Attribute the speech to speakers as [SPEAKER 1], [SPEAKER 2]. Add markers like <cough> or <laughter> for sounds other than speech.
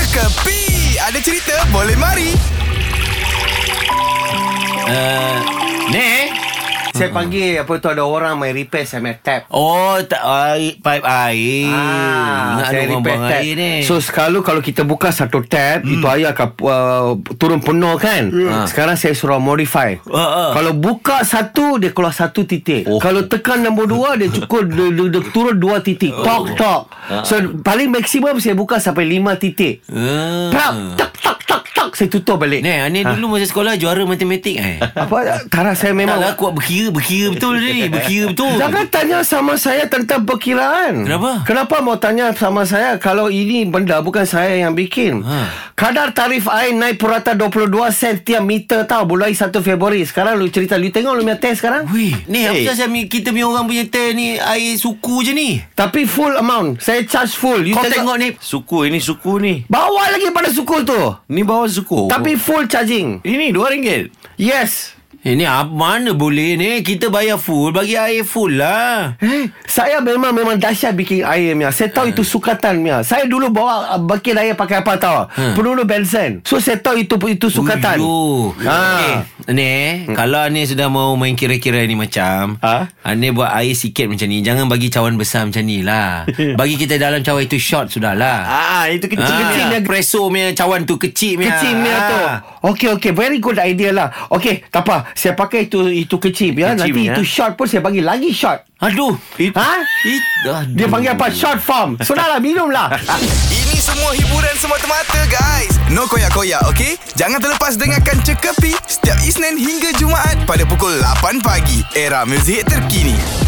[SPEAKER 1] Kepi Ada cerita boleh mari
[SPEAKER 2] Uh, Nek
[SPEAKER 3] Saya panggil apa tu ada orang main repair saya main tap.
[SPEAKER 2] Oh tak air, Pipe air Ingat ah, ada
[SPEAKER 3] Ah, saya
[SPEAKER 2] orang
[SPEAKER 3] repair
[SPEAKER 2] buang
[SPEAKER 3] tap.
[SPEAKER 2] air ni
[SPEAKER 3] So selalu kalau kita buka satu tap hmm. Itu air akan uh, turun penuh kan
[SPEAKER 2] Yeah.
[SPEAKER 3] Sekarang saya suruh modify
[SPEAKER 2] Ya. Ah, ah.
[SPEAKER 3] Kalau buka satu Dia keluar satu titik
[SPEAKER 2] Oh.
[SPEAKER 3] Kalau tekan nombor dua Dia cukup dia, dia, dia turun dua titik
[SPEAKER 2] Oh.
[SPEAKER 3] Tok tok
[SPEAKER 2] Ah.
[SPEAKER 3] So paling maksimum saya buka sampai lima titik
[SPEAKER 2] uh.
[SPEAKER 3] Prap tak tak tak tak Saya tutup balik
[SPEAKER 2] Nek Ani dulu masa sekolah Juara matematik eh
[SPEAKER 3] Apa Karena saya
[SPEAKER 2] Tak
[SPEAKER 3] memang
[SPEAKER 2] lah kuat berkira Berkira betul ni Berkira betul
[SPEAKER 3] <laughs> Jangan tanya sama saya tentang perkiraan.
[SPEAKER 2] Oh. Kenapa?
[SPEAKER 3] Kenapa mau tanya sama saya kalau ini benda bukan saya yang bikin?
[SPEAKER 2] Ha.
[SPEAKER 3] Ha. Kadar tarif air naik purata 22 sen tiap meter tau bulan 1 Februari. Sekarang lu cerita, lu tengok lu punya test sekarang?
[SPEAKER 2] Wih, ni hey. apa saya kita punya orang punya teh ni air suku je ni.
[SPEAKER 3] Tapi full amount. Saya charge full. You
[SPEAKER 2] Kau tengok, ni.
[SPEAKER 4] Suku ini suku ni.
[SPEAKER 3] Bawa lagi pada suku tu.
[SPEAKER 4] Ni bawah suku.
[SPEAKER 3] Tapi full charging.
[SPEAKER 4] ini RM2.
[SPEAKER 3] Yes.
[SPEAKER 2] Ini Eh, apa mana boleh ni? Kita bayar full, bagi air full lah.
[SPEAKER 3] Eh, saya memang memang dahsyat bikin air Mia. Saya
[SPEAKER 4] Ah.
[SPEAKER 3] tahu itu sukatan Mia. Saya dulu bawa uh, bakil air pakai apa
[SPEAKER 4] Ha.
[SPEAKER 3] tahu?
[SPEAKER 2] Hmm.
[SPEAKER 3] Penulu Benson. So saya tahu itu itu sukatan.
[SPEAKER 2] Uyuh.
[SPEAKER 3] Ha. Hmm.
[SPEAKER 2] Eh, ni, kalau ni sudah mau main kira-kira ni macam,
[SPEAKER 3] Ha?
[SPEAKER 2] Ani buat air sikit macam ni. Jangan bagi cawan besar macam ni
[SPEAKER 3] <laughs>
[SPEAKER 2] lah. bagi kita dalam cawan itu short sudahlah.
[SPEAKER 4] Ah, itu kecil
[SPEAKER 2] Kecil
[SPEAKER 4] kecil.
[SPEAKER 2] punya presso punya cawan tu kecil punya.
[SPEAKER 3] Kecil Mia
[SPEAKER 2] Ah.
[SPEAKER 3] tu. Okey okey, very good idea lah. Okey, tak apa. Saya pakai itu itu kecil Mia.
[SPEAKER 4] Kecil,
[SPEAKER 3] Nanti
[SPEAKER 4] Mia.
[SPEAKER 3] itu short pun saya bagi lagi short.
[SPEAKER 2] Aduh.
[SPEAKER 4] Itu- Hmm.
[SPEAKER 3] Ha?
[SPEAKER 2] It, aduh.
[SPEAKER 3] Dia panggil apa? Short form. Sudahlah,
[SPEAKER 4] <laughs>
[SPEAKER 3] lah. minumlah.
[SPEAKER 1] Ini semua hiburan semata-mata guys No koyak-koyak ok Jangan terlepas dengarkan Cekapi Setiap Isnin hingga Jumaat Pada pukul 8 pagi Era muzik terkini